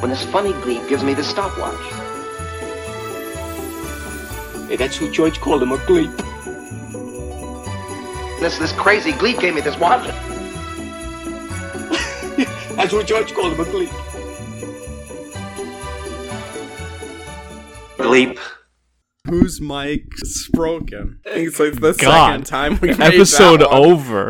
when this funny gleek gives me the stopwatch. Hey, Eh, that's who George called him, a gleek. This this crazy gleek gave me this watch. That's what George called him, a gleek. Bleep. Whose mic's broken? It's like the God. second time we made that Episode one. over.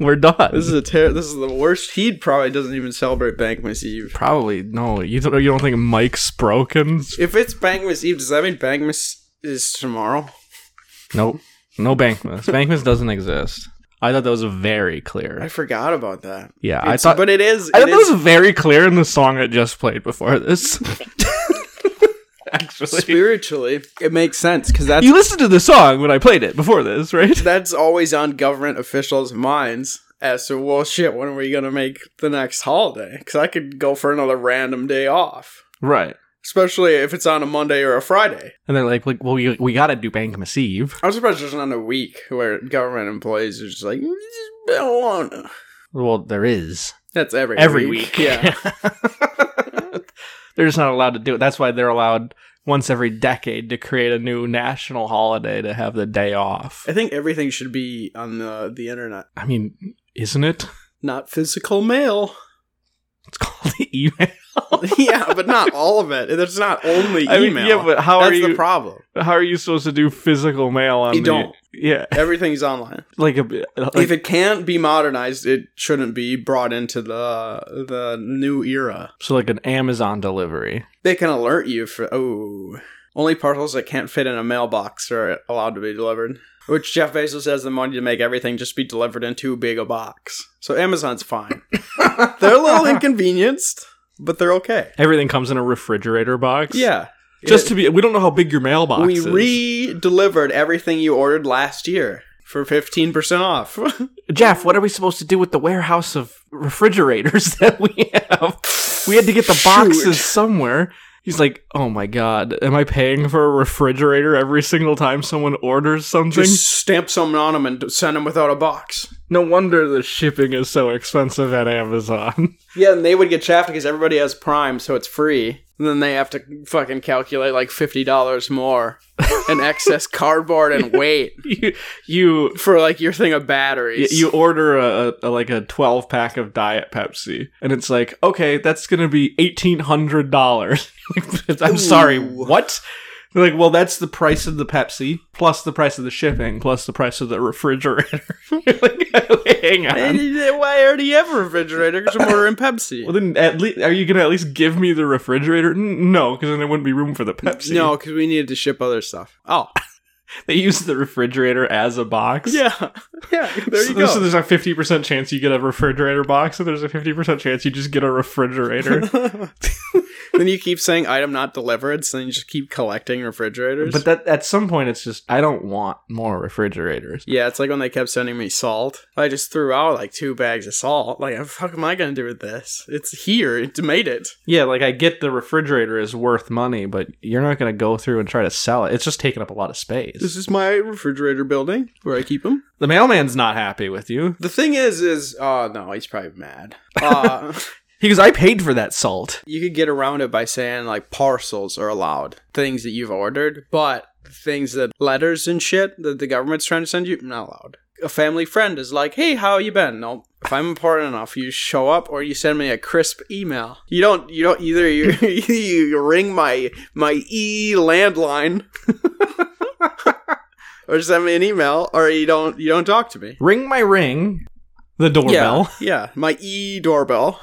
We're done. this is a ter- This is the worst. He probably doesn't even celebrate Bankmas Eve. Probably no. You don't, you don't think Mike's broken? If it's Bankmas Eve, does that mean Bankmas is tomorrow? Nope. No Bankmas. Bankmas doesn't exist. I thought that was very I clear. forgot about that. Yeah, I It's- thought. but it is. I it thought that is was very clear in the song I just played before this. Actually, spiritually. It makes sense because that's you listened to the song when I played it before this, right? that's always on government officials' minds as to well, shit. When are we gonna make the next holiday? Because I could go for another random day off, Right. especially if it's on a Monday or a Friday. And they're like, like well, we, we gotta do Bankmas Eve. I'm surprised there's not a week where government employees are just like, "We just don't wanna." Well, there is. that's every every week. Yeah, they're just not allowed to do it. That's why they're allowed once every decade to create a new national holiday to have the day off. I think everything should be on the the internet, I mean, isn't it? not physical mail. It's called the email. yeah, but not all of it. There's not only I mean, email. yeah, but how that's are the you? problem. how are you supposed to do physical mail on? You the- don't. Yeah, Everything's online. like a like, if it can't be modernized, it shouldn't be brought into the the new era. so like an Amazon delivery. They can alert you for oh, only parcels that can't fit in a mailbox are allowed to be delivered. Which Jeff Bezos has the money to make everything just be delivered in too big a box. So Amazon's fine. they're a little inconvenienced, but they're okay. Everything comes in a refrigerator box. Yeah. just to be. We don't know how big your mailbox we is. re-delivered everything you ordered last year for 15% off. Jeff, what are we supposed to do with the warehouse of refrigerators that we have? We had to get the boxes Shoot. somewhere. He's like, oh my god, am I paying for a refrigerator every single time someone orders something? just stamp something on them and send them without a box. no wonder the shipping is so expensive at Amazon. Yeah, and they would get chaffed because everybody has Prime, so it's free. And then they have to fucking calculate like fifty dollars more in excess cardboard and weight you, you, for like your thing of batteries. you order a, a like a twelve pack of Diet Pepsi, and it's like, okay, that's gonna be eighteen hundred dollars. I'm sorry, Ooh. what? They're like, well, that's the price of the Pepsi plus the price of the shipping plus the price of the refrigerator. You're like, hang on. why already have a refrigerator? Because I'm ordering Pepsi. Well, then at least are you gonna at least give me the refrigerator? N- No, because then there wouldn't be room for the Pepsi. no, because we needed to ship other stuff. Oh, they use the refrigerator as a box. yeah, yeah. There so, you go. so there's a 50% chance you get a refrigerator box, and there's a 50% chance you just get a refrigerator. then you keep saying item not delivered, so then you just keep collecting refrigerators. But that at some point, it's just I don't want more refrigerators. yeah, it's like when they kept sending me salt. I just threw out like two bags of salt. Like, what the fuck am I gonna do with this? It's here. It's made it. Yeah, like I get the refrigerator is worth money, but you're not going to go through and try to sell it. It's just taking up a lot of space. This is my refrigerator building where I keep them. The mailman's not happy with you. The thing is, is oh no, he's probably mad. Uh, He goes, I paid for that salt. you could get around it by saying like parcels are allowed, things that you've ordered, but things that letters and shit that the government's trying to send you not allowed. A family friend is like, hey, how you been? No, if I'm important enough, you show up or you send me a crisp email. You don't, you don't either. You you ring my my e landline. Or send me an email, or you don't you don't talk to me. Ring my ring, the doorbell. Yeah, yeah. my e doorbell.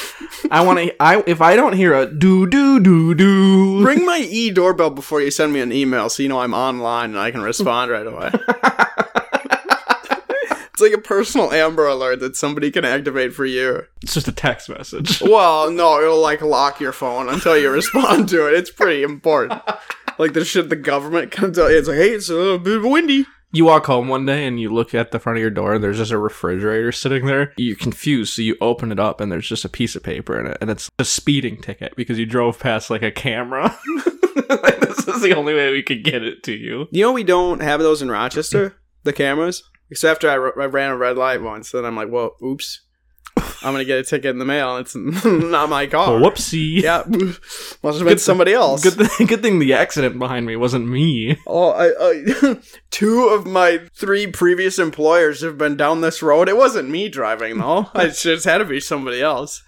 I want to. I if I don't hear a doo doo doo doo. Ring my e doorbell before you send me an email, so you know I'm online and I can respond right away. it's like a personal Amber Alert that somebody can activate for you. It's just a text message. Well, no, it'll like lock your phone until you respond to it. It's pretty important. Like the shit the government comes out, it's like, hey, it's a little bit windy. You walk home one day and you look at the front of your door and there's just a refrigerator sitting there. You're confused, so you open it up and there's just a piece of paper in it, and it's a speeding ticket because you drove past like a camera. like, this is the only way we could get it to you. You know, we don't have those in Rochester, the cameras. Except after I, ru- I ran a red light once, then I'm like, well, oops. I'm gonna get a ticket in the mail. It's not my car. Oh, whoopsie. Oh, Yeah, must have been somebody else. Good, th- good thing the accident behind me wasn't me. Oh, I, I, two of my three previous employers have been down this road. It wasn't me driving though. I just had to be somebody else.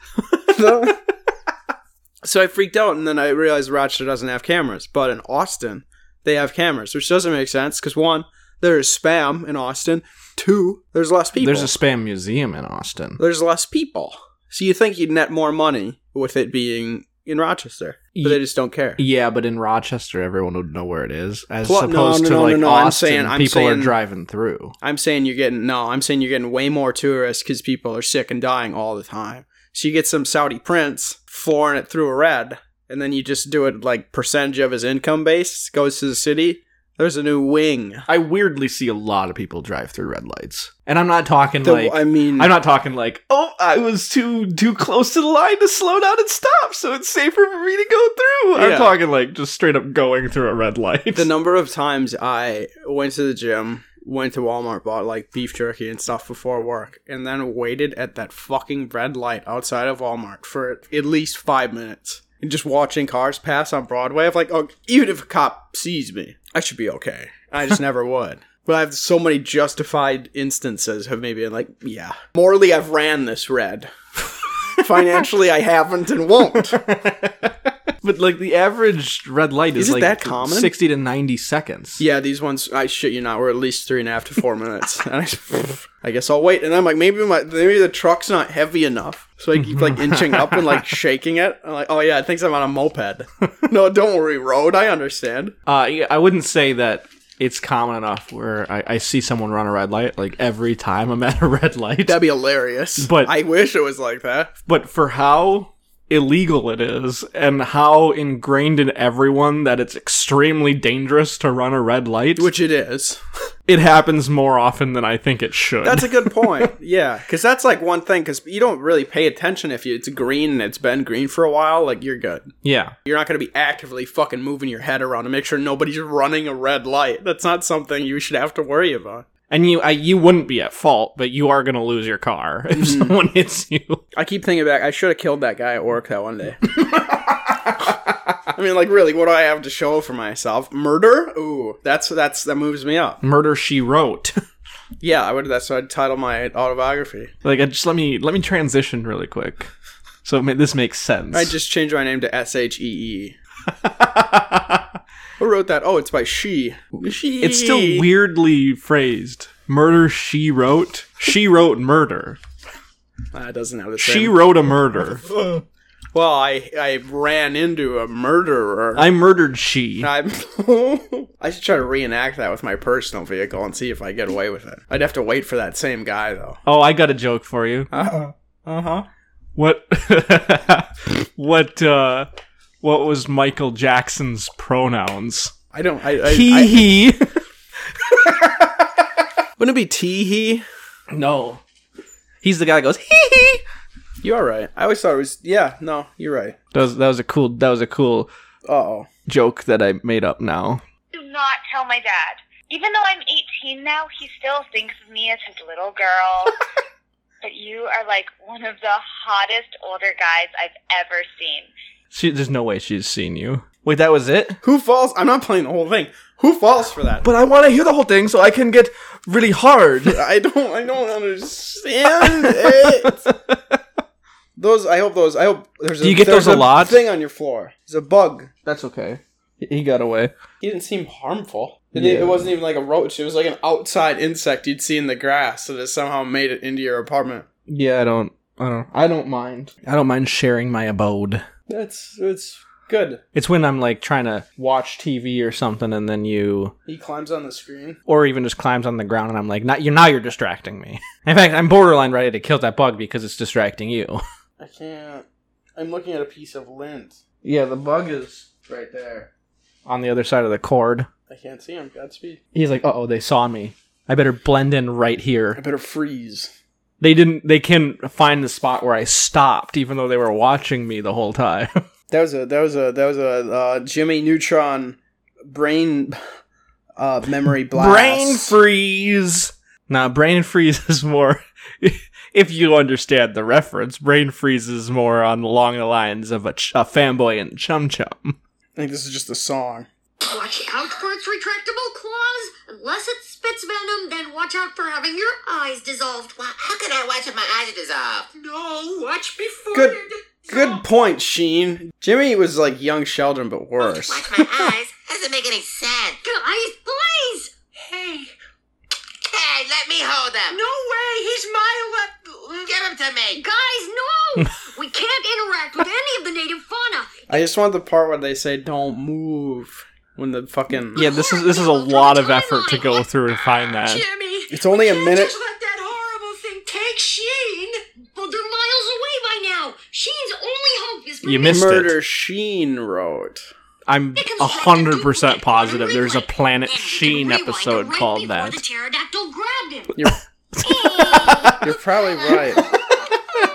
so I freaked out, and then I realized Rochester doesn't have cameras, but in Austin they have cameras, which doesn't make sense because one, there is spam in Austin. Two, there's less people. There's a spam museum in Austin. there's less people. So you think you'd net more money with it being in Rochester, but they Ye- just don't care. Yeah, but in Rochester, everyone would know where it is, as Well, no, opposed no, to no, no, like no, I'm Austin, saying- I'm people saying- are driving through. I'm saying you're getting no. I'm saying you're getting way more tourists because people are sick and dying all the time. So you get some Saudi prince flooring it through a red, and then you just do it like percentage of his income base goes to the city. There's a new wing. I weirdly see a lot of people drive through red lights, and I'm not talking The- like I mean, I'm not talking like oh I was too too close to the line to slow down and stop, so it's safer for me to go through. Yeah. I'm talking like just straight up going through a red light. the number of times I went to the gym, went to Walmart, bought like beef jerky and stuff before work, and then waited at that fucking red light outside of Walmart for at least five minutes. And just watching cars pass on Broadway, I'm like, oh, even if a cop sees me, I should be okay. I just never would. But I have so many justified instances of me being like, yeah. Morally, I've ran this red. Financially, I haven't and won't. but like the average red light is Is it like that common? sixty to ninety seconds. Yeah, these ones, I shit you not, were at least three and a half to four minutes. And I, I guess I'll wait. And I'm like, maybe my maybe the truck's not heavy enough, so I keep like inching up and like shaking it. I'm like, oh yeah, it thinks I'm on a moped. no, don't worry, road. I understand. Uh, yeah, I wouldn't say that it's common enough where I, I see someone run a red light like every time I'm at a red light. That'd be hilarious. But- I wish it was like that. but for how illegal it is and how ingrained in everyone that it's extremely dangerous to run a red light, Which it is. it happens more often than I think it should. That's a good point. yeah, because that's like one thing. Because you don't really pay attention if you, it's green and it's been green for a while. Like you're good. yeah. You're not going to be actively fucking moving your head around to make sure nobody's running a red light. That's not something you should have to worry about. And you I, you wouldn't be at fault, but you are going to lose your car if Mm. someone hits you. I keep thinking back, I should have killed that guy at work that one day. I mean, like, really, what do I have to show for myself? Murder? Ooh, that's that's that moves me up. Murder she wrote. Yeah, I would. That's what I'd title my autobiography. like I just let me let me transition really quick. So ma- this makes sense. I just changed my name to S H E E. Who wrote that? Oh, it's by she. She. It's still weirdly phrased. Murder she wrote. She wrote murder. Ah, it doesn't have the same. She wrote a murder. well, I I ran into a murderer. I murdered she. I'm I should try to reenact that with my personal vehicle and see if I get away with it. I'd have to wait for that same guy though. Oh, I got a joke for you. Uh Uh-huh. huh. What what uh what was Michael Jackson's pronouns? I don't. I, I, he I- he. wouldn't it be tee hee? No. He's the guy that goes he he. You are right. I always thought it was. Yeah. No, you're right. That was that was a cool that was a cool Uh oh. joke that I made up now. do not tell my dad. Even though I'm 18 now, he still thinks of me as his little girl. but you are like one of the hottest older guys I've ever seen. She, there's no way she's seen you. Wait, that was it? Who falls? I'm not playing the whole thing. Who falls for that? But I want to hear the whole thing so I can get really hard. I don't. I don't understand it. Those. I hope those. I hope there's. Do you get there's those a lot? Thing on your floor. There's a bug. That's okay. He got away. He didn't seem harmful. It, Yeah. it wasn't even like a roach. It was like an outside insect you'd see in the grass that has somehow made it into your apartment. Yeah, I don't. I don't. I don't mind. I don't mind sharing my abode. That's it's good. It's when I'm like trying to watch TV or something, and then you, He climbs on the screen. or even just climbs on the ground, and I'm like, "Not you. Now you're distracting me." In fact, I'm borderline ready to kill that bug because it's distracting you. I can't. I'm looking at a piece of lint Yeah, the bug is right there. on the other side of the cord. I can't see him. Godspeed. He's like, "Uh oh, they saw me. I better blend in right I here." better freeze. They didn't. They can find the spot where I stopped, even though they were watching me the whole time. That was a that was a that was a uh, Jimmy Neutron brain uh, memory blast. Brain freeze. Nah, brain freeze is more. if you understand the reference, brain freezes more on along the lines of a, ch- a fanboy and chum chum. I think this is just a song. Watch out for its retractable claws. Unless it spits venom, then watch out for having your eyes dissolved. Wha- How can I watch if my eyes are dissolved? No, watch before. Good- you're dis- Good point, Sheen. Jimmy was like young Sheldon, but worse. Watch my eyes? Doesn't make any sense. Guys, please. Hey, Hey, let me hold them. no way. He's my le- Give them to me. Guys, no. we can't interact with any of the native fauna. I just want the part where they say "Don't move" when the fucking Yeah, this is this is a lot of effort to go through and find that. Jimmy. It's only a can't minute- Just let that horrible thing take Sheen. Well, they're miles away by now. Sheen's only hope is. You missed murder it. Sheen wrote. I'm a hundred percent positive there's a Planet Sheen episode called that. The pterodactyl grabbed him. You're you're probably right. yeah,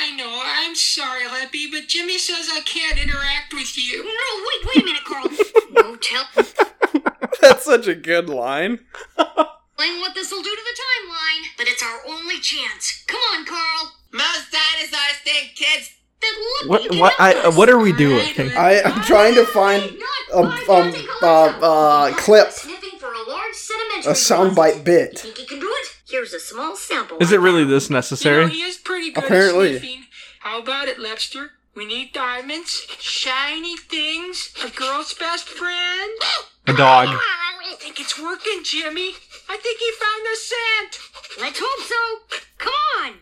I know. I'm sorry, Leppy, but Jimmy says I can't interact with you. No, wait, wait a minute, Carl. no telling That's such a good line. what this will do to the timeline, but it's our only chance. Come on, Carl. Most dinosaurs think kids. Then look, What- you can what- help I- uh, us. what are we doing? I- I'm trying to find a- um, uh, uh, clip. Sniffing for a large sedimentary A soundbite deposit. You bit. think you can do it? Here's a small sample. Is it really I this You know, necessary? he is pretty good Apparently. at sniffing. How about it, Lepster? We need diamonds, shiny things, a girl's best friend. A Oh, dog. I think it's working, Jimmy. I think he found the scent. found. Let's hope so. Come on.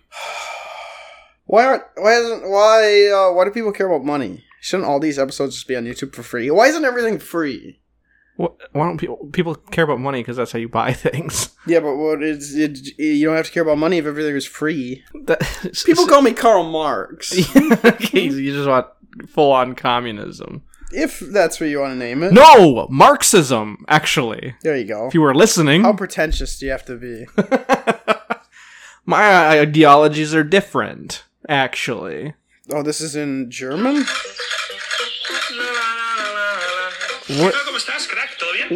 Why aren't why isn't why uh, why do people care about money? Shouldn't all these episodes just be on YouTube for free? Why isn't everything free? Wh- Why don't people people care about money because that's how you buy things? Yeah, but what is it, you don't have to care about money if everything is free. That, People call me Karl Marx. Okay, so you just want full on communism. if that's what you want to name it. No, Marxism. Actually, There you go. if you were listening, How pretentious do you have to be? my uh, ideologies are different. Actually, Oh, this is in German? what?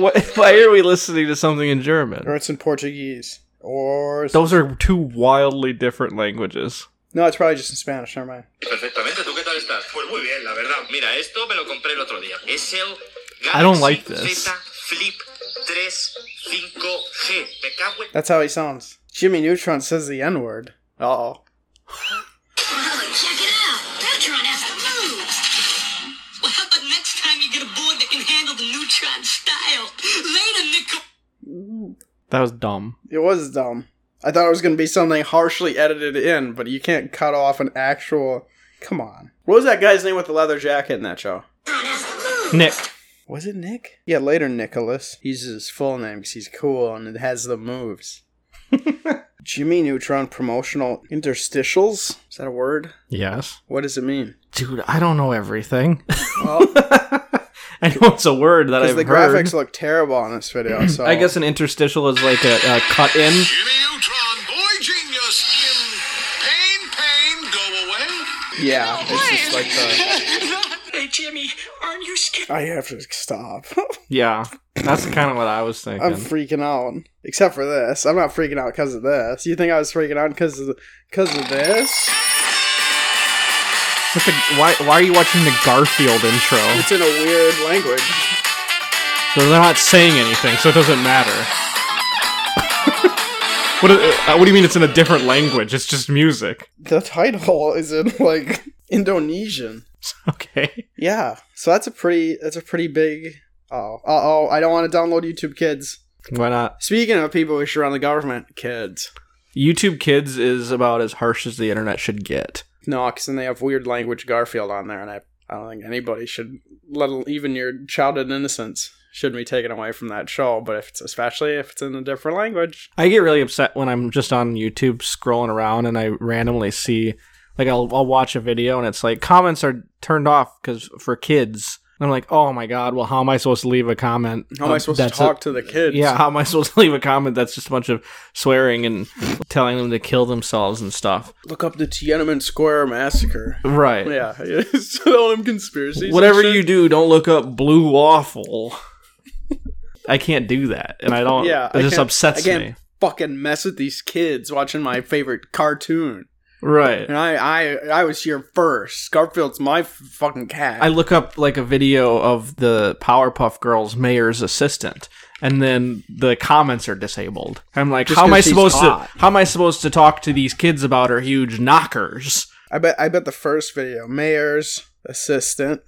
What? Why are we listening to something in German? Or it's in Portuguese. Or it's- Those are two wildly different languages. No, it's probably just in Spanish, never mind. Perfectamente, ¿tú qué tal estás? Pues muy bien, la verdad. Mira, esto me lo compré el otro día. Es el I don't Galaxy like this. Z Flip 3 5G. Me cago en... That's how he sounds. Jimmy Neutron says the N-word. Uh-oh. Oh, Well, check it out. Petron has the moves. Well, how about next time you get a board that can handle the neutron style? Later, Nickel. That was dumb. It was dumb. I thought it was going to be something harshly edited in, but you can't cut off an actual... Come on. What was that guy's name with the leather jacket in that show? Nick, Was it Nick? Yeah, later Nicholas. He's his full name because he's cool and it has the moves. Jimmy Neutron promotional interstitials? Is that a word? yes, What does it mean? dude, I don't know everything. Well, I know it's a word that because I've the heard. graphics look terrible on this video, so I guess an interstitial is like a, a cut in. Jimmy Neutron, boy genius in pain, pain, go away. yeah, it's just like the. Hey, Jimmy, aren't you scared? I have to stop. Yeah, that's kind of what I was I'm thinking. freaking out. Except for this, I'm not freaking out because of this. You think I was freaking out because of because of this? Such a- why, why are you watching the Garfield intro? It's in a weird language. They're not saying anything, so it doesn't matter. what, do- uh, what do you mean it's in a different language? It's just music. The title is in like Indonesian. Okay. Yeah. So that's a pretty that's a pretty big oh. Uh oh, I don't want to download YouTube kids. Why not? Speaking of people who should run the government, kids. YouTube Kids is about as harsh as the internet should get. No, because then they have weird language Garfield on there, and I, I don't think anybody should, let al- even your childhood innocence, should be taken away from that show. But if it's especially if it's in a different language, I get really upset when I'm just on YouTube scrolling around and I randomly see, like, I'll, I'll watch a video and it's like comments are turned off because for kids. And I'm like, oh my god, well, how am I supposed to leave a comment? how am I Um, supposed to that's talk a- to the kids? Yeah, how am I supposed to leave a comment that's just a bunch of swearing and telling them to kill themselves and stuff? look up the Tiananmen Square massacre. Right. Yeah, it's all them conspiracies. and Whatever shit. you do, don't look up blue waffle. I can't do that, and I don't. Yeah, Yeah, I it just can't- upsets I can't me. fucking mess with these kids watching my favorite cartoon. Right. And I, I, I was here first. Garfield's my f- fucking cat. I look up like a video of the Powerpuff Girls mayor's assistant, and then the comments are disabled. I'm like, Just how am I 'cause she's supposed hot. to? How am I supposed to talk to these kids about her huge knockers? I bet I bet the first video, Mayor's assistant,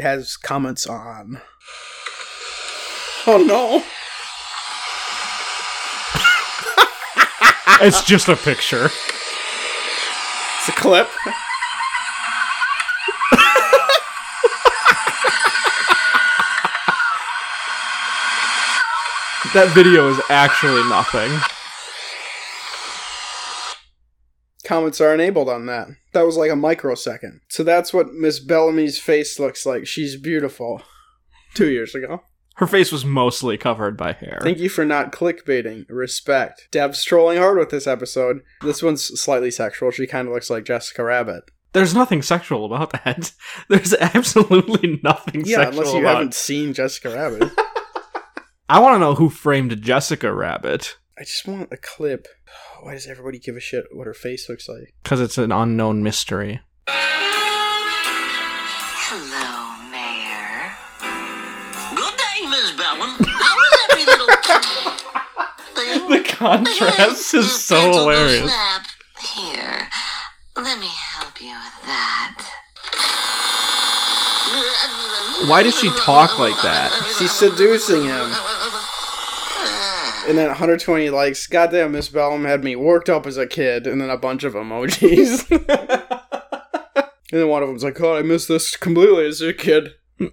has comments on. Oh no! it's just a picture. It's a clip. That video is actually nothing. Comments are enabled on that. That was like a microsecond. So that's what Miss Bellamy's face looks like. She's beautiful. Two years ago. Her face was mostly covered by hair. Thank you for not clickbaiting. Respect. Deb's trolling hard with this episode. This one's slightly sexual. She kind of looks like Jessica Rabbit. There's nothing sexual about that. There's absolutely nothing Yeah, sexual unless you about haven't seen Jessica Rabbit. I want to know who framed Jessica Rabbit I just want a clip. Why does everybody give a shit what her face looks like? because it's an unknown mystery. Hello, Mayor. Good day, Miss Bellum. How is every little The thing? contrast is Just so a little hilarious. Snap. Here, let me help you with that. Why does she talk like that? She's seducing him. And then 120 likes. Goddamn, Miss Bellum had me worked up as a kid. And then a bunch of emojis. and then one of them's like, "God, I missed this completely as a kid. No,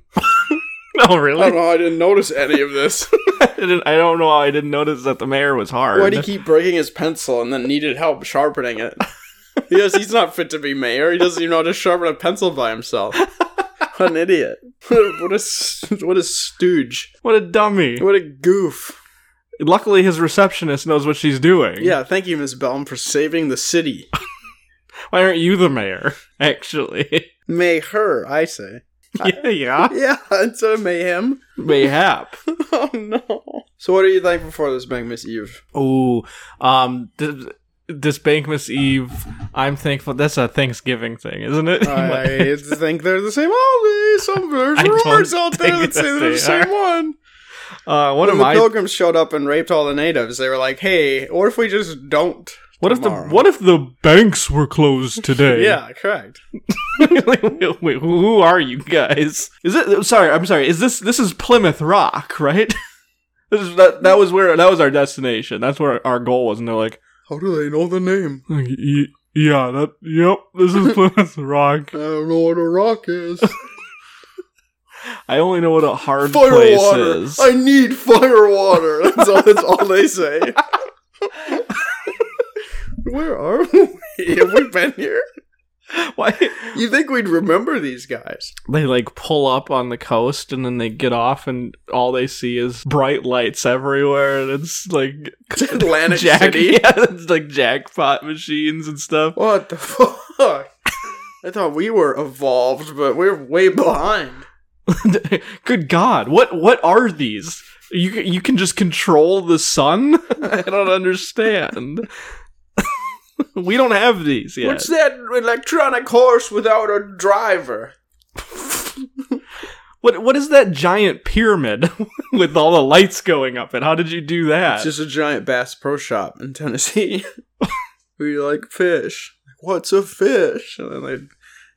I don't really? know. I didn't notice any of this. I, didn't, I don't know how I didn't notice that the mayor was hard. Why'd he keep breaking his pencil and then needed help sharpening it? Because he's not fit to be mayor. He doesn't even know how to sharpen a pencil by himself. What an idiot. what a s- what a stooge. what a dummy. What a goof. Luckily, his receptionist knows what she's doing. Yeah, thank you, Miss Bellum, for saving the city. Why aren't you the mayor, actually? May her, I say. yeah, yeah. Yeah, instead of mayhem. Mayhap. Oh no. So what are you thankful for this bank, Miss Eve? Ooh, um, th- this Bank Miss Eve, I'm thankful. That's a Thanksgiving thing, isn't it? I think they're the same holiday. Some there's I don't rumors out there that think say that they're the they same one. uh, what when am the I? pilgrims showed up and raped all the natives, they were like, "Hey, what if we just don't?" what if the tomorrow? What if the banks were closed today? Yeah, correct. Like, wait, wait, who are you guys? Is it? Sorry, I'm sorry. Is this? This is Plymouth Rock, right? this is that. That was where. That was our destination. That's where our goal was. And they're like, How do they know the name? "Y- yeah, that. Yep, this is Plymouth Rock. I don't know what a rock is. I only know what a hard Fire place water. is. I need fire water. That's all. That's all they say. Where are we? Have we been here? Why? You think we'd remember these guys? they like pull up on the coast and then they get off and all they see is bright lights everywhere and it's like It's Atlantic jack- City. yeah, it's like jackpot machines and stuff. What the fuck? I thought we were evolved, but we're way behind. Good God, what what are these? You c- you can just control the sun? I don't understand. we don't have these yet. What's that electronic horse without a driver? what what is that giant pyramid with all the lights going up? And how did you do that? It's just a giant Bass Pro Shop in Tennessee. we like fish. What's a fish? And then they'd,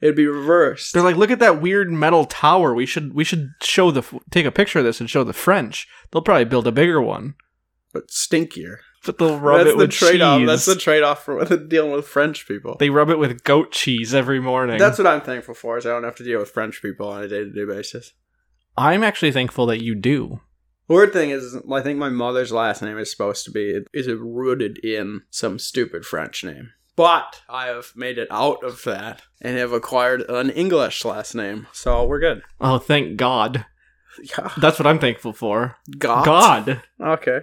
it'd be reversed. They're like, look at that weird metal tower. We should we should show the take a picture of this and show the French. They'll probably build a bigger one, but stinkier. but they'll rub That's it the with trade off. cheese. That's the trade off for dealing with French people. they rub it with goat cheese every morning. That's what I'm thankful for, is I don't have to deal with French people on a day to day basis. I'm actually thankful that you do. Weird thing is, I think my mother's last name is supposed to be is rooted in some stupid French name. But I have made it out of that and have acquired an English last name, so we're good. Oh, thank God. Yeah. That's what I'm thankful for. Goth. God. Okay.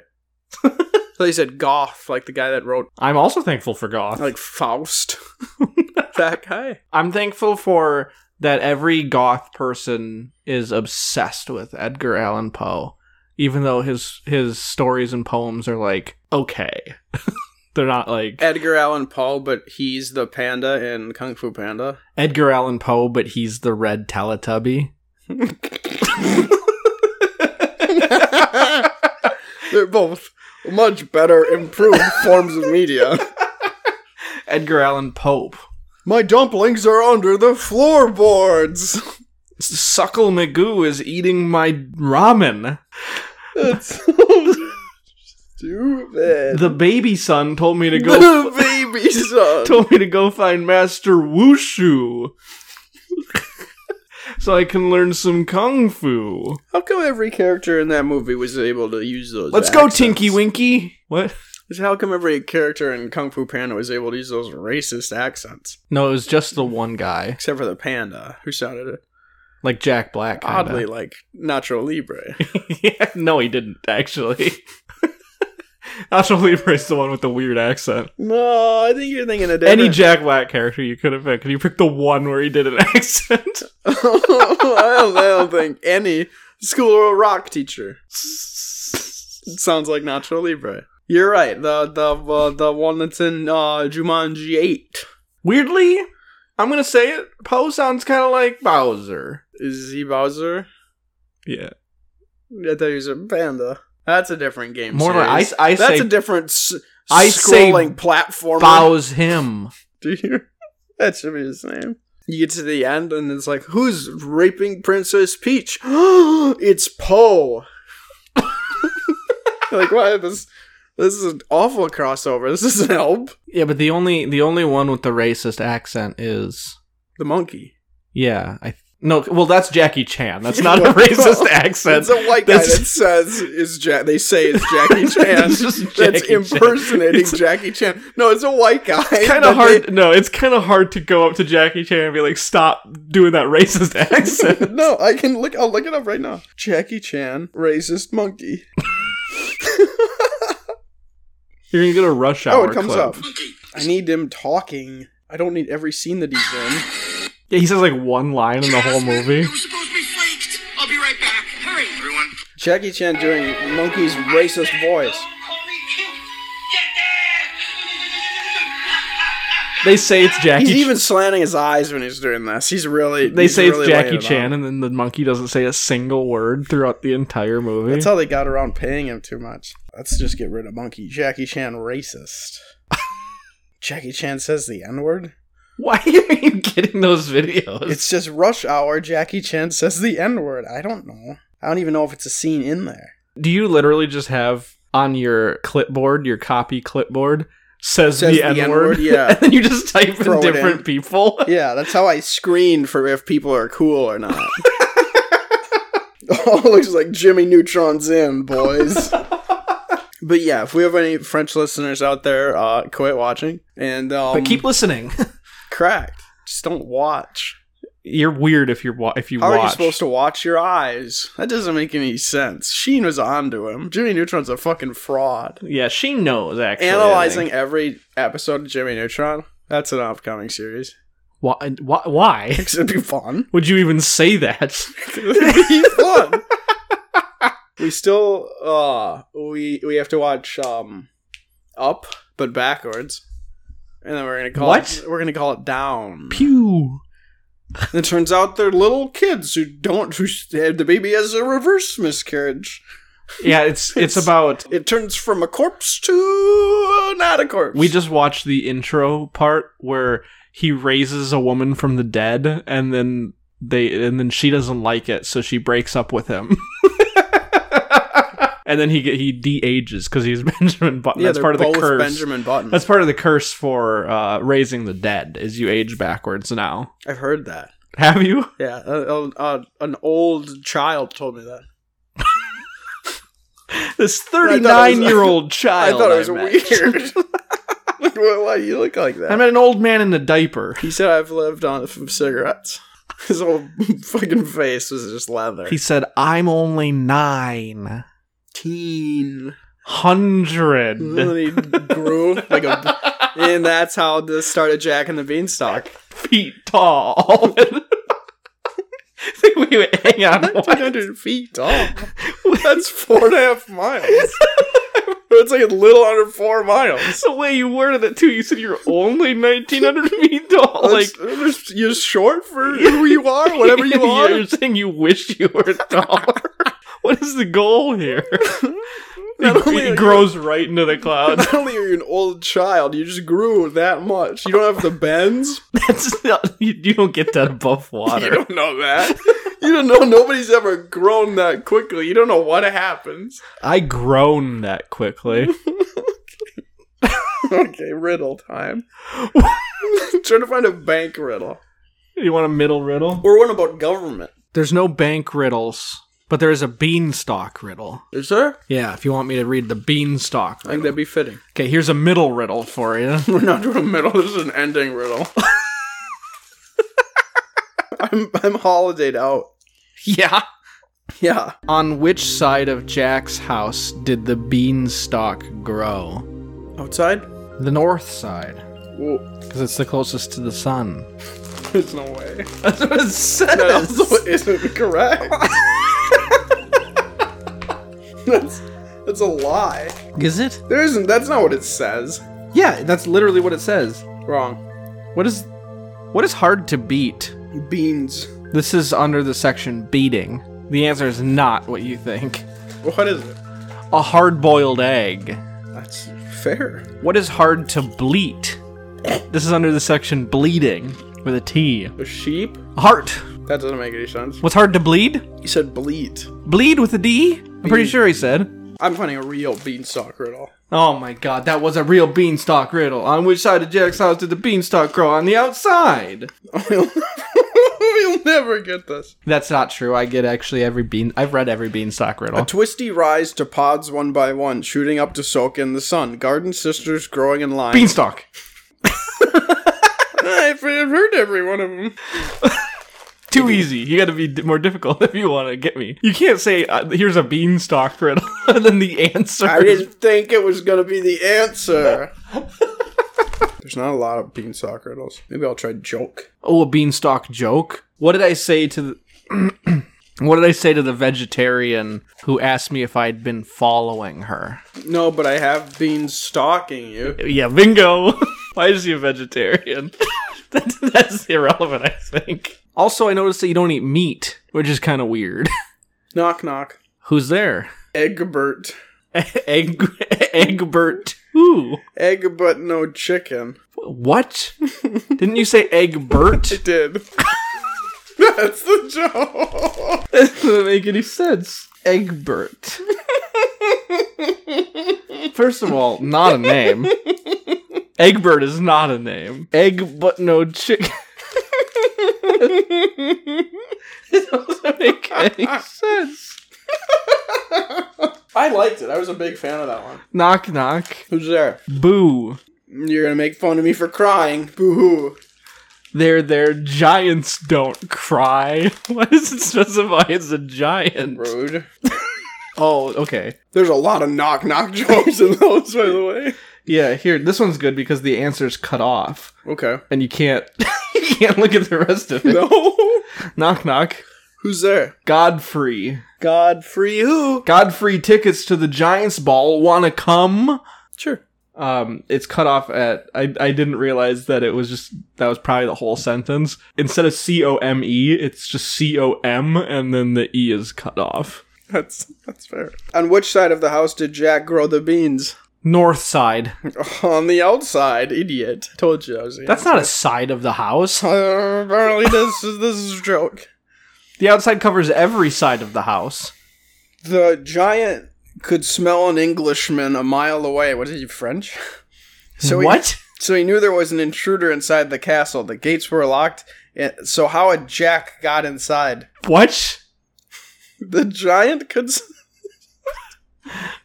so he said Goth, like the guy that wrote I'm also thankful for Goth. like Faust. that guy. I'm thankful for that every goth person is obsessed with Edgar Allan Poe even though his his stories and poems are like okay. They're not like Edgar Allan Poe, but he's the panda in Kung Fu Panda. Edgar Allan Poe, but he's the red Teletubby. They're both much better, improved forms of media. Edgar Allan Pope. My dumplings are under the floorboards. Suckle Magoo is eating my ramen. That's stupid. The baby son told me to go The baby son. told me to go find Master Wushu. so I can learn some kung fu. How come every character in that movie was able to use those? Let's accents? go Tinky Winky. What? How come every character in Kung Fu Panda was able to use those racist accents? No, it was just the one guy. Except for the panda, who sounded it Like Jack Black. kinda. oddly like Nacho Libre. yeah, no, he didn't actually. Nacho Libre is the one with the weird accent. no, I think you're thinking of Any different- Jack Black character you could have picked, and you picked the one where he did an accent. I, don't, I don't think any school or rock teacher It sounds like Nacho Libre. You're right. The the uh, the one that's in uh, Jumanji Eight Weirdly, I'm gonna say it. Poe sounds kind of like Bowser. is he Bowser? Yeah, I thought he was a panda. That's a different game. more like series. I. s- I That's say a different s- I say scrolling platformer. Bow's him. Do you? That should be his name. You get to the end and it's like, who's raping Princess Peach? it's Poe. like, why this? This is an awful crossover. This doesn't help. Yeah, but the only the only one with the racist accent is The monkey. yeah. I no. Well, that's Jackie Chan. That's not a racist accent. It's a white guy That's- that says is Jack. They say it's Jackie Chan. That's just Jackie That's Chan. impersonating It's- Jackie Chan. No, it's a white guy. that kind of hard. no, it's kind of hard to go up to Jackie Chan and be like, "Stop doing that racist they- accent." no, I can look. I'll look it up right now. Jackie Chan, racist monkey. You're gonna get a rush hour. Oh, it comes clip. up. I need him talking. I don't need every scene that he's in. Yeah, he says like one line in the whole movie. It was supposed to be faked. I'll be right back. Hurry, everyone. Jackie Chan doing monkey's racist voice. They say it's Jackie. He's even slanting his eyes when he's doing this. He's really. they he's say it's really laying Jackie it on. Chan, and then the monkey doesn't say a single word throughout the entire movie. That's how they got around paying him too much. Let's just get rid of Monkey. Jackie Chan racist. Jackie Chan says the N word. Why are you getting those videos? It's just rush hour. Jackie Chan says the N word. I don't know. I don't even know if it's a scene in there. Do you literally just have on your clipboard, your copy clipboard, says, Says the the N N-word, word? yeah. and then you just type Throw it in. in Um, different people. Yeah, that's how I screen for if people are cool or not. oh, looks like Jimmy Neutron's in, boys. but yeah, if we have any French listeners out there, uh, quit watching and um, But keep listening. cracked. Just don't watch. you're weird if you're wa- if you How watch. are you supposed to watch your eyes? That doesn't make any sense. Sheen was onto him. Jimmy Neutron's a fucking fraud. Yeah, she knows actually. I think. Analyzing every episode of Jimmy Neutron. That's an upcoming series. Why, why? Why It'd be fun. would you even say that? It'd be fun. we still uh we we have to watch um up but backwards. And then we're gonna call What? it we're gonna call it down. Pew. And it turns out they're little kids who don't who have the baby has a reverse miscarriage. Yeah, it's it's about. It turns from a corpse to not a corpse. We just watched the intro part where he raises a woman from the dead, and then they and then she doesn't like it, so she breaks up with him. and then he get, he de-ages because he's Benjamin Button. yeah, That's they're part of the both curse. Benjamin Button. That's part of the curse for uh, raising the dead is you age backwards now. I've heard that. Have you? Yeah, uh, uh, uh, an old child told me that. was- This 39 year old child. I thought it was met. weird. Like, why, why you look like that? I met an old man in a diaper. he said I've lived on from cigarettes. His whole fucking face was just leather. He said, I'm only nine teen. hundred. And then he grew like a, and that's how this started Jack and the Beanstalk. feet tall. the wait, wait, hang on. Not What? 200 feet tall. That's four and a half miles. It's like a little under four miles. That's the way you worded it too. You said you're only 1,900 feet tall. Like That's- that's- you're short for who you are, whatever you Yeah, are. You're saying you wish you were taller. what is the goal here? Not only are it you- grows right into the clouds. Not only are you an old child, you just grew that much. You don't have the bends. That's not, you, you don't get that above water. You don't know that. You don't know nobody's ever grown that quickly. You don't know what happens. I groan that quickly. Okay, riddle time. Trying to find a bank riddle. you want a middle riddle? Or one about government. There's no bank riddles, but there is a beanstalk riddle. Is there? Yeah, if you want me to read the I beanstalk think riddle. that'd be fitting. Okay, here's a middle riddle for you. We're not doing a middle. This is an ending riddle. I'm I'm holidayed out. yeah. Yeah. On which side of Jack's house did the beanstalk grow? Outside? The north side, Whoa, because it's the closest to the sun. there's no way. That's what it That says. also isn't correct. that's that's a lie. Is it? There isn't. That's not what it says. Yeah, that's literally what it says. Wrong. What is what is hard to beat? Beans. This is under the section beating. The answer is not what you think. What is it? A hard-boiled egg. That's fair. What is hard to bleat? This is under the section bleeding with a T. A sheep? Heart. That doesn't make any sense. What's hard to bleed? You said bleat. Bleed with a D? I'm pretty Beat. sure he said. I'm finding a real beanstalk riddle. Oh my god, that was a real beanstalk riddle. On which side of Jack's house did the beanstalk grow? On the outside. You'll never get this. That's not true. I get actually every bean. I've read every beanstalk A riddle. twisty rise to pods one by one, shooting up to soak in the sun. Garden sisters growing in line. beanstalk. I've I've heard every one of them. Too easy. You got to be d- more difficult if you want to get me. You can't say uh, here's a beanstalk riddle and then the answer. I is- didn't think it was gonna be the answer. There's not a lot of beanstalk riddles. Maybe I'll try joke. oh, a beanstalk joke. What did I say to the? what did I say to the vegetarian who asked me if I'd been following her? No, but I have been stalking you. Yeah, bingo. Why is he a vegetarian? that's, that's irrelevant, I think. Also, I noticed that you don't eat meat, which is kind of weird. Knock knock. Who's there? Egbert. Egg Egbert. Who? Egg but no chicken. What? Didn't you say Egbert? It did. That's the joke. That doesn't make any sense. Egbert. First of all, not a name. Egbert is not a name. Egg but no chicken. it doesn't make any sense. I liked it. I was a big fan of that one. Knock knock. Who's there? Boo. You're gonna make fun of me for crying. Boo hoo. They're there. Giants don't cry. Why does it specify it's a giant? Rude. Oh, okay. There's a lot of knock knock jokes in those, by the way. Yeah, here this one's good because the answer's cut off, Okay. and you can't you can't look at the rest of it. No. Knock knock. Who's there? Godfrey. Godfrey who? Godfrey tickets to the Giants ball. Wanna come? Sure. Um, it's cut off at. I I didn't realize that it was just that was probably the whole sentence. Instead of C O M E, it's just C O M, and then the E is cut off. That's that's fair. On which side of the house did Jack grow the beans? North side. On the outside, idiot. Told you I was. the That's not a side of the house. Uh, apparently, this is this is a joke. The outside covers every side of the house. The giant could smell an Englishman a mile away. What is he French? So he- what? so he knew there was an intruder inside the castle. The gates were locked. and- So how had Jack got inside? What? The giant could. s-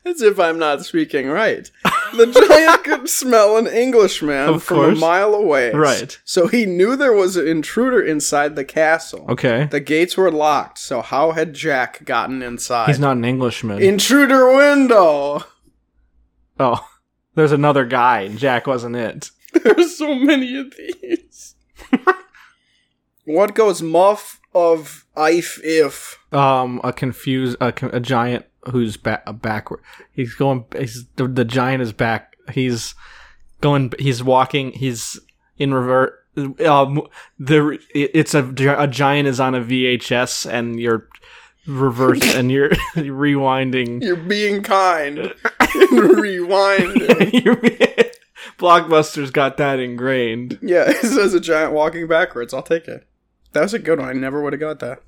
As if I'm not speaking right. The giant could smell an Englishman Of from course. a mile away. Right. So he knew there was an intruder inside the castle. Okay. The gates were locked, so how had Jack gotten inside? He's not an Englishman. Intruder window! oh, there's another guy, and Jack wasn't it. There's so many of these. what goes muff of Ife if Um, a confused a, con- a giant who's ba- backward. He's going. He's the, the giant is back. He's going. He's walking. He's in revert. Um, the it- it's a gi- a giant is on a VHS and you're reverse and you're rewinding. you're being kind, rewind. Blockbuster's got that ingrained. Yeah, it says a giant walking backwards. I'll take it. That was a good one. I never would have got that.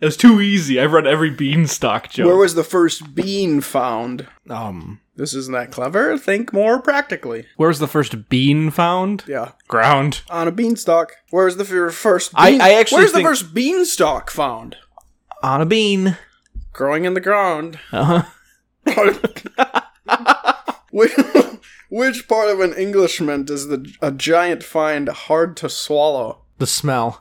It was too easy. I've read every Beanstalk joke. Where was the first bean found? um? This isn't that clever. Think more practically. Where was the first bean found? Yeah, Ground. on a beanstalk. Where's the fir- first? I- Bean- I actually Where's think- the first beanstalk found? On a bean. Growing in the ground. Uh huh. which, which part of an Englishman does the a giant find hard to swallow? The smell.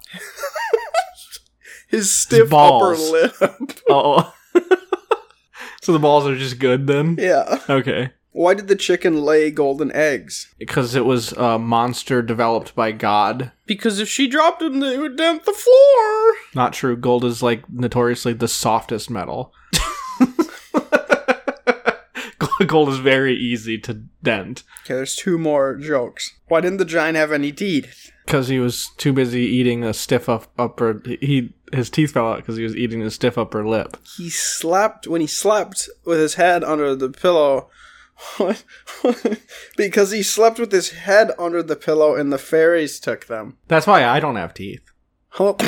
His stiff upper balls. lip. Oh. so the balls are just good then? yeah. Okay. Why did the chicken lay golden eggs? Because it was a monster developed by God. Because if she dropped them, they would dent the floor. Not true. Gold is like notoriously the softest metal. Gold is very easy to dent Okay, there's two more jokes. Why didn't the giant have any teeth? because he was too busy eating a stiff up upper. He his teeth fell out because he was eating a stiff upper lip. He slept when he slept with his head under the pillow. because he slept with his head under the pillow and the fairies took them. That's why I don't have teeth. Oh.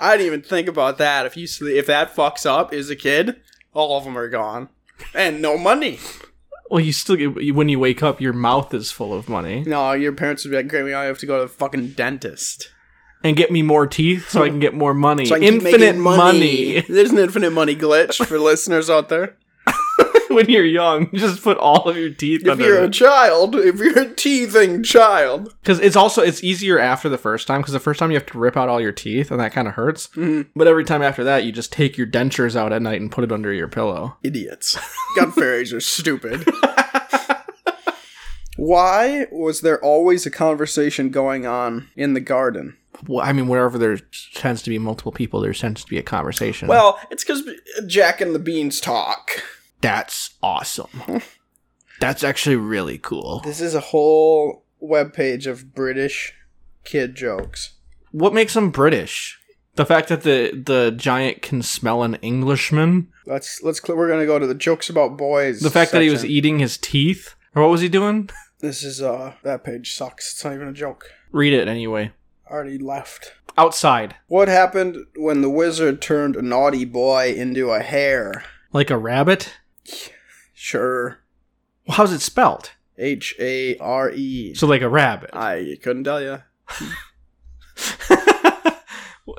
I didn't even think about that. If you sleep, if that fucks up as a kid, all of them are gone, and no money. Well, you still get when you wake up, your mouth is full of money. No, your parents would be like, "Great, we now have to go to the fucking dentist." and get me more teeth so I can get more money. So I can keep Infinite making money. There's an infinite money glitch for listeners out there. when you're young, you just put all of your teeth If you're under a it. child, if you're a teething child, Because it's also it's easier after the first time because the first time you have to rip out all your teeth and that kind of hurts. Mm-hmm. But every time after that, you just take your dentures out at night and put it under your pillow. idiots. God fairies are stupid. Why was there always a conversation going on in the garden? Well, I mean, wherever there tends to be multiple people, there tends to be a conversation. Well, it's because Jack and the Beans talk. that's awesome. that's actually really cool. This is a whole webpage of British kid jokes. What makes them British? The fact that the the giant can smell an Englishman. Let's let's cl- we're gonna go to the jokes about boys. The fact that he was e- section. eating his teeth, or what was he doing? This is uh that page sucks. It's not even a joke. Read it anyway. I already left. Outside, What happened when the wizard turned a naughty boy into a hare? like a rabbit. Sure. Well, how's it spelled? H A R E. So like a rabbit. I couldn't tell you.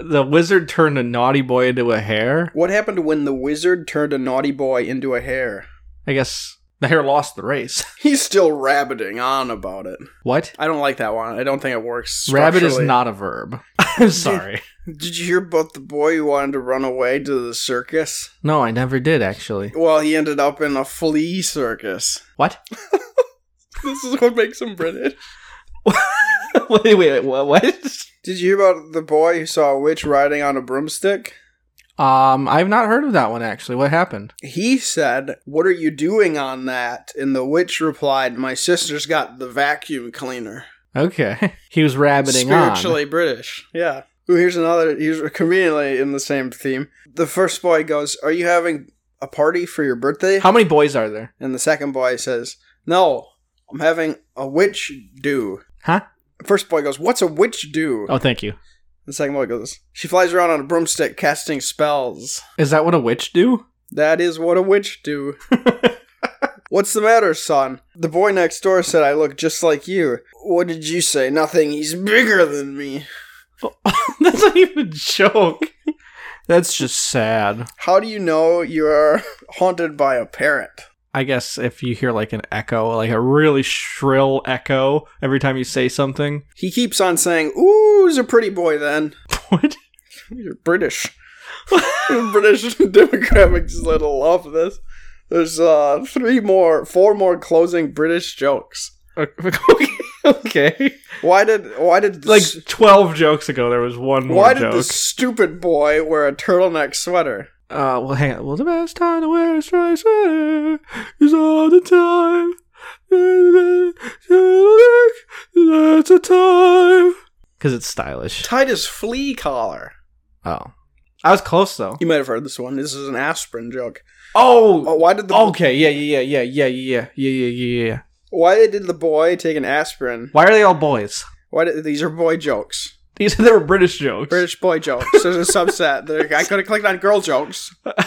the wizard turned a naughty boy into a hare. What happened when the wizard turned a naughty boy into a hare? I guess the hare lost the race. He's still rabbiting on about it. What? I don't like that one. I don't think it works. Rabbit is structurally. not a verb. I'm sorry. Did you hear about the boy who wanted to run away to the circus? No, I never did actually. Well, he ended up in a flea circus. What? This is what makes him British. wait, wait, wait, what? what? Did you hear about the boy who saw a witch riding on a broomstick? Um, I've not heard of that one actually. What happened? He said, What are you doing on that? And the witch replied, My sister's got the vacuum cleaner. Okay, he was rabbiting on. Spiritually British. Yeah. Ooh, here's another, here's conveniently in the same theme. The first boy goes, Are you having a party for your birthday? How many boys are there? And the second boy says, No, I'm having a witch do. Huh? First boy goes, What's a witch do? Oh, thank you. The second boy goes, She flies around on a broomstick casting spells. Is that what a witch do? That is what a witch do. What's the matter, son? The boy next door said I look just like you. What did you say? Nothing, he's bigger than me. That's not even a joke. That's just sad. How do you know you are haunted by a parrot? I guess if you hear like an echo, like a really shrill echo every time you say something. He keeps on saying, Ooh, he's a pretty boy then. What? You're British. British demographics is a little off of this. There's uh three more, four more closing British jokes. Okay. Why did why did the Like s- twelve jokes ago, there was one more why joke. did the stupid boy wear a turtleneck sweater? Uh, well, hang on. Well, the best time to wear a striped sweater is all the time. That's a time. Because it's stylish. Tied his flea collar. Oh. I was close, though. You might have heard this one. This is an aspirin joke. Oh, Oh! why did the okay. Yeah, yeah, yeah, yeah, yeah, yeah, yeah, yeah, yeah, yeah. why did the boy take an aspirin? Why are they all boys? Why did these are boy jokes? These they were British jokes. British boy jokes. There's a subset. There, I could have clicked on girl jokes. That's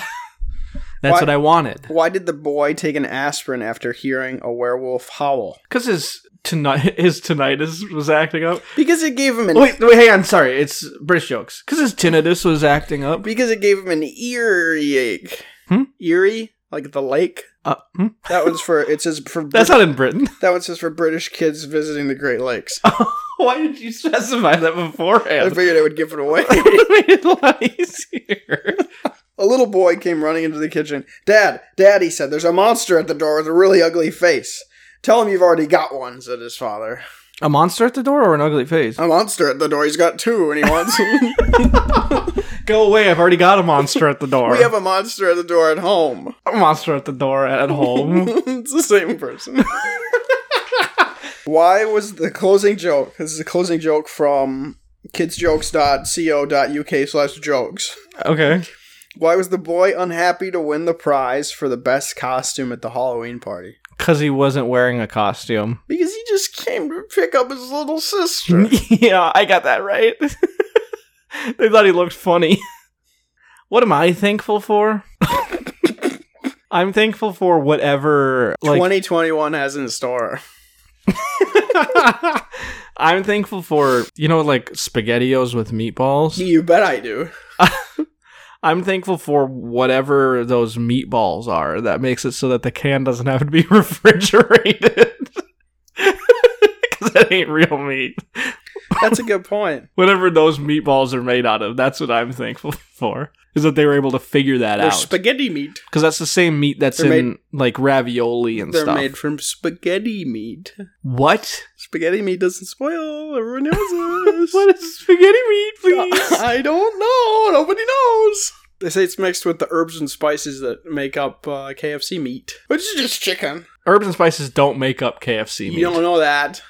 Why- what I wanted. Why did the boy take an aspirin after hearing a werewolf howl? Because his tonight, his tinnitus was acting up. Because it gave him an Wait, wait, hang on. Sorry, it's British jokes. Because his tinnitus was acting up. because it gave him an eerie ache. Hmm? Eerie, like the lake. Uh, hmm? That one's for it says for That's not in Britain. that one says for British kids visiting the Great Lakes. Oh. Why did you specify that I beforehand? figured I would give it away. It made it a lot easier. a little boy came running into the kitchen. Dad, Dad, he said, there's a monster at the door with a really ugly face. Tell him you've already got one, said his father. A monster at the door or an ugly face? A monster at the door. He's got two, and he wants. Go away! I've already got a monster at the door. we have a monster at the door at home. a monster at the door at home. it's the same person. Why was the closing joke? This is a closing joke from kidsjokes.co.uk slash jokes. okay. Why was the boy unhappy to win the prize for the best costume at the Halloween party? Because he wasn't wearing a costume. Because he just came to pick up his little sister. yeah, I got that right. they thought he looked funny. what am I thankful for? I'm thankful for whatever like 2021 has in store. I'm thankful for you know like spaghettios with meatballs. You bet I do. I'm thankful for whatever those meatballs are that makes it so that the can doesn't have to be refrigerated. Cuz that ain't real meat. That's a good point. Whatever those meatballs are made out of, that's what I'm thankful for. Is that they were able to figure that They're out. spaghetti meat. Because that's the same meat that's They're in like ravioli and They're stuff. made from spaghetti meat. what? Spaghetti meat doesn't spoil. Everyone knows this. What is spaghetti meat, please? I don't know. Nobody knows. They say it's mixed with the herbs and spices that make up uh, KFC meat, which is just chicken. Herbs and spices don't make up KFC meat. You don't know that.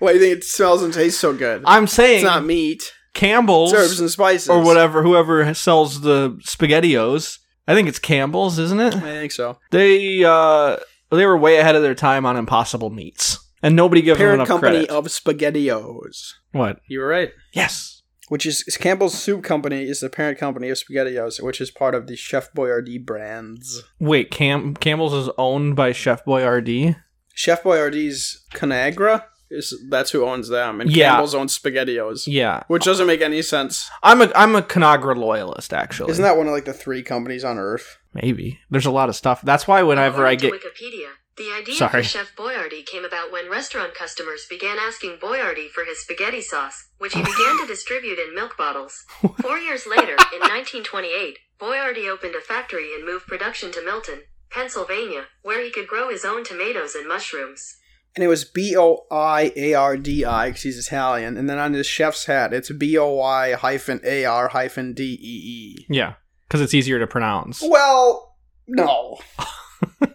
Why do you think it smells and tastes so good? I'm saying It's not meat. Campbell's It's herbs and spices. or whatever, whoever sells the spaghettios. I think it's Campbell's, isn't I it? think so. They uh they were way ahead of their time on impossible meats. And nobody gives them Parent enough company credit. of SpaghettiOs. what? You were right. Yes. Which is is Campbell's Soup Company is the parent company of SpaghettiOs, which is part of the Chef Boyardee brands. Wait, Cam- Campbell's is owned by Chef Boyardee. Chef Boyardee's Conagra is that's who owns them, and Yeah. Campbell's owns SpaghettiOs. Yeah, Which doesn't make any sense. I'm a I'm a Conagra loyalist actually. Isn't that one of like the three companies on Earth? Maybe. There's a lot of stuff. That's why whenever I get. According to Wikipedia, the idea Sorry. for Chef Boyardee came about when restaurant customers began asking Boyardee for his spaghetti sauce, which he began to distribute in milk bottles. Four years later, in 1928, Boyardee opened a factory and moved production to Milton, Pennsylvania, where he could grow his own tomatoes and mushrooms. And it was B O I A R D I because he's Italian, and then on his chef's hat it's B O I hyphen A R hyphen D E E. Yeah. Because it's easier to pronounce. Well, no.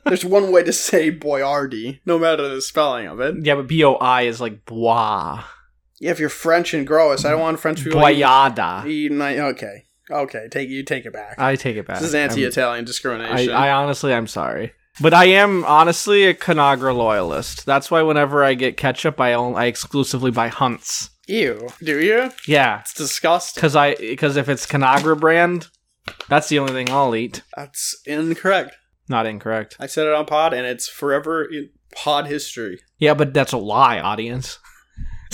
There's one way to say Boyardee, no matter the spelling of it. Yeah, but B O I is like bois. Yeah, if you're French and gross, I don't want French people. Boyada. Eating, okay, okay, take you take it back. I take it back. this is I'm- anti-Italian I, discrimination. I honestly, I'm sorry. But I am honestly a Conagra loyalist. That's why whenever I get ketchup, I, only, I exclusively buy Hunt's. Ew, do you? Yeah. It's disgusting. Because I because if it's Conagra brand, that's the only thing I'll eat. That's incorrect. Not incorrect. I said it on pod, and it's forever in pod history. Yeah, but that's a lie, audience.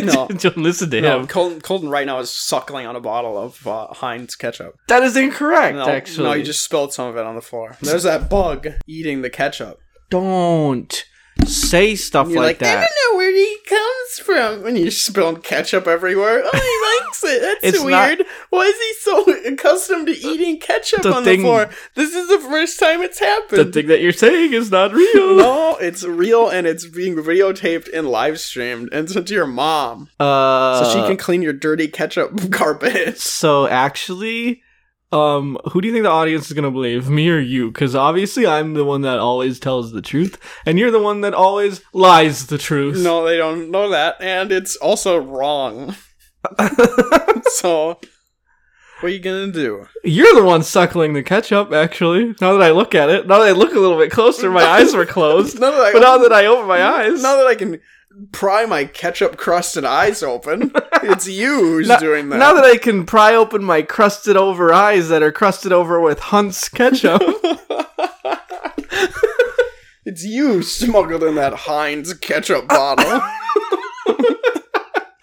No. Don't listen to No, him. Colton, Colton right now is suckling on a bottle of uh, Heinz ketchup. That is incorrect, No, actually. no, you just spilled some of it on the floor. There's that bug eating the ketchup. don't say stuff And you're like, I that. don't know where he comes from. And he's spilling ketchup everywhere. Oh, he likes it. That's It's not- weird. Why is he so accustomed to eating ketchup The on thing- the floor? This is the first time it's The happened. thing that you're saying is not real. no, it's real and it's being videotaped and live streamed and sent to your mom. Uh, So she can clean your dirty ketchup carpet. So actually, um, who do you think the audience is gonna believe, me or you? Because obviously, I'm the one that always tells the truth, and you're the one that always lies the truth. No, they don't know that. And it's also wrong. so, what are you going to do? You're the one suckling the ketchup, actually. Now that I look at it, now that I look a little bit closer, my eyes were closed. Now that I But now that I open my eyes, Now that I can pry my ketchup crusted eyes open, it's you who's Now- doing that. now that I can pry open my crusted over eyes that are crusted over with Hunt's ketchup, it's you smuggled in that Heinz ketchup bottle.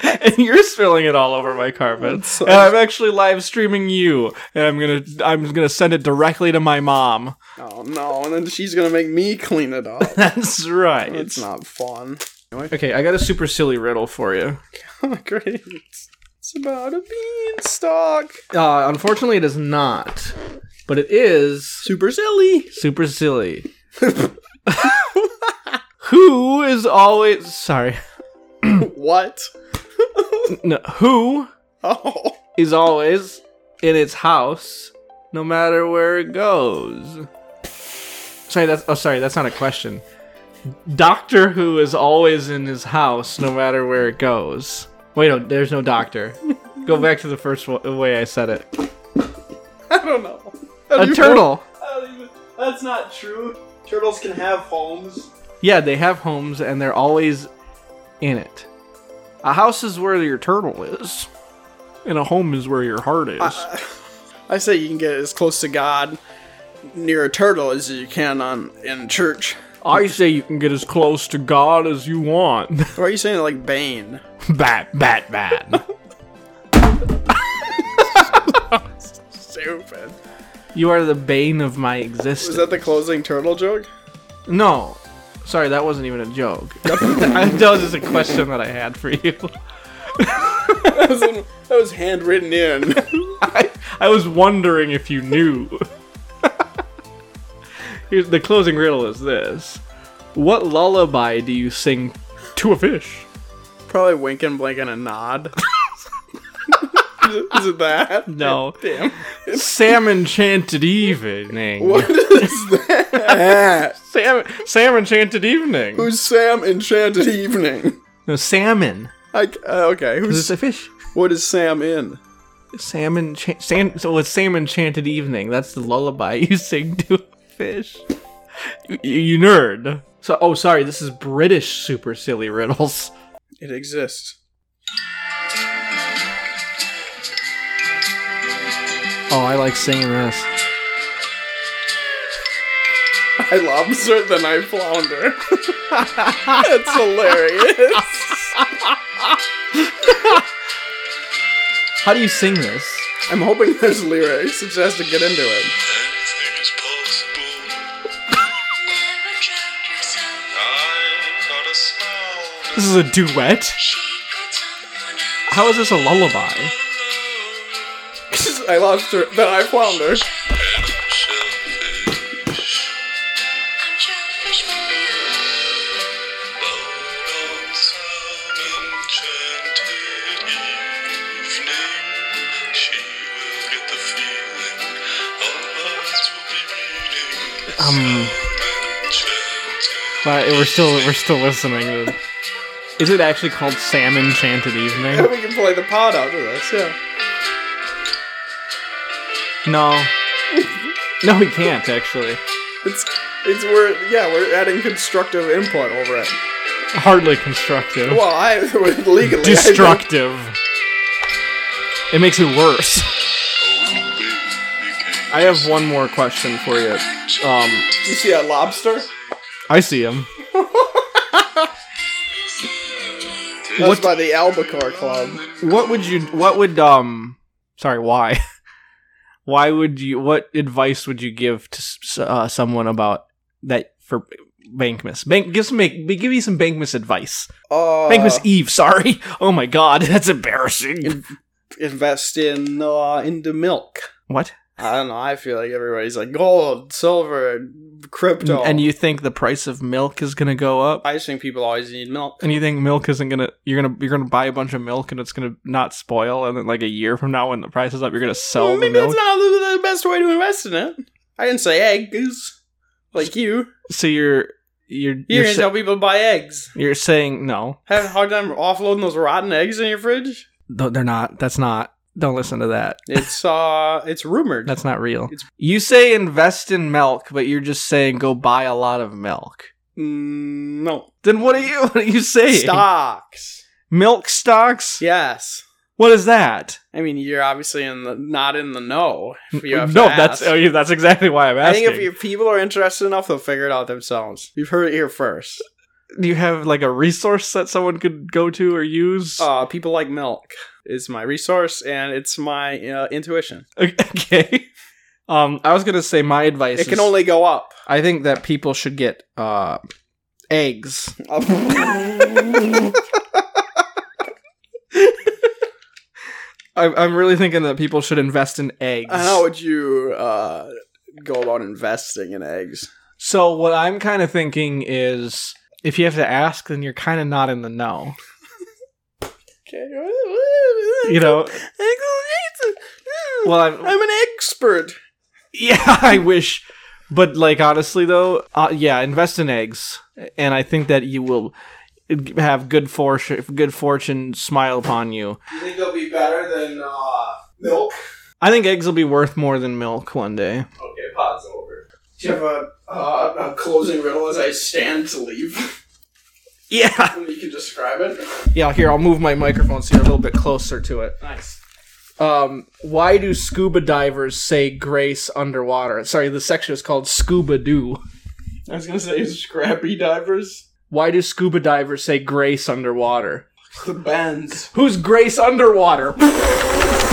and you're spilling it all over my carpet. So- and I'm actually live streaming you, and I'm gonna I'm gonna send it directly to my mom. oh no! And then she's gonna make me clean it up. That's right. It's not fun. okay. I got a super silly riddle for you. Great. It's about a beanstalk. Uh, unfortunately, it is not, but it is Super silly. super silly. who is always sorry? What? No, who Oh, is always in its house, no matter where it goes. Sorry, that's oh sorry, that's not a question. Doctor Who is always in his house, no matter where it goes. Wait, no, there's no doctor. Go back to the first wa- way I said it. I don't know. A turtle. That's not true. Turtles can have homes. Yeah, they have homes and they're always in it. A house is where your turtle is, and a home is where your heart is. I say you can get as close to God near a turtle as you can on in church. I say you can get as close to God as you want. Why are you saying it like Bane? Bat, bat, bat. Stupid. you are the bane of my existence. Was that the closing turtle joke? no. Sorry, that wasn't even a joke. that was just a question that I had for you. That was, in- that was handwritten in. I, I was wondering if you knew. Here's the closing riddle is this. What lullaby do you sing to a fish? Probably wink and blink and a nod. is, it, is it that? No. Damn. Salmon chanted evening. What is that? Salmon, salmon chanted evening. Who's Sam Enchanted Evening? no, salmon. I, c- uh, okay, Because it's who's a fish. what is Sam in? Salmon, cha- sand, so it's salmon chanted evening. That's the lullaby you sing to a fish. You, you nerd. So, oh, sorry, this is British super silly riddles. It exists. Oh, I like singing this. I lobster, then I flounder. That's hilarious. How do you sing this? I'm hoping there's lyrics. It just has to get into it. This is a duet. How is this a lullaby? I lobster, then I flounder. Um, but we're still we're still listening. to- Is it actually called Salmon Chanted Evening? We can play the pod out of this, yeah. No, no, we can't actually. It's it's we're yeah we're adding constructive input over it. Hardly constructive. Well, I legally I think- Destructive. It makes it worse. I have one more question for you. Um, You see a lobster? I see him. That's by the Albacore Club. What would you? What would um? Sorry, why? Why would you? What advice would you give to s- uh, someone about that for Bankmas. Bank give some make give me some Bankmas advice. Uh, Bankmas Eve, sorry. Oh my god, that's embarrassing. invest in uh, into milk. What? I don't know. I feel like everybody's like gold, silver, crypto. And you think the price of milk is gonna go up? I just think people always need milk. And you think milk isn't gonna you're gonna you're gonna buy a bunch of milk and it's gonna not spoil and then like a year from now when the price is up you're gonna sell Well, the Mm, maybe milk. that's not the, the best way to invest in it. I didn't say eggs, like you. so you're you're You're, you're, gonna sa- tell people to buy eggs. you're saying no. Have a hard time offloading those rotten eggs in your fridge. No, they're not. That's not. Don't listen to that. It's uh, it's rumored. That's not real. It's- you say invest in milk, but you're just saying go buy a lot of milk. Mm, no Then what are you what are you saying? stocks. Milk stocks? Yes. What is that? I mean, you're obviously in the not in the know. If you have to no, ask. that's oh, yeah, that's exactly why I'm I asking. think if your people are interested enough, they'll figure it out themselves. You've heard it here first. Do you have like a resource that someone could go to or use? Uh, people like milk is my resource, and it's my uh, intuition. okay. Um, I was gonna say my advice. It can is- only go up. I think that people should get uh eggs. I'm, I'm really thinking that people should invest in eggs. How would you uh, go about investing in eggs? So what I'm kind of thinking is, if you have to ask, then you're kind of not in the know. Okay. You know. Well, I'm, I'm an expert. yeah, I wish, but like honestly though, uh, yeah, invest in eggs, and I think that you will have good fortune, good fortune smile upon you. You think it'll be better than uh, milk? I think eggs will be worth more than milk one day. Okay, pod's over. Do you have a, uh, a closing riddle as I stand to leave? Yeah. you can describe it. Yeah, here I'll move my microphone so you're a little bit closer to it. Nice. Um, why do scuba divers say grace underwater? Sorry, the section is called scuba do. I was gonna say scrappy divers. Why do scuba divers say grace underwater? The bends. Who's grace underwater?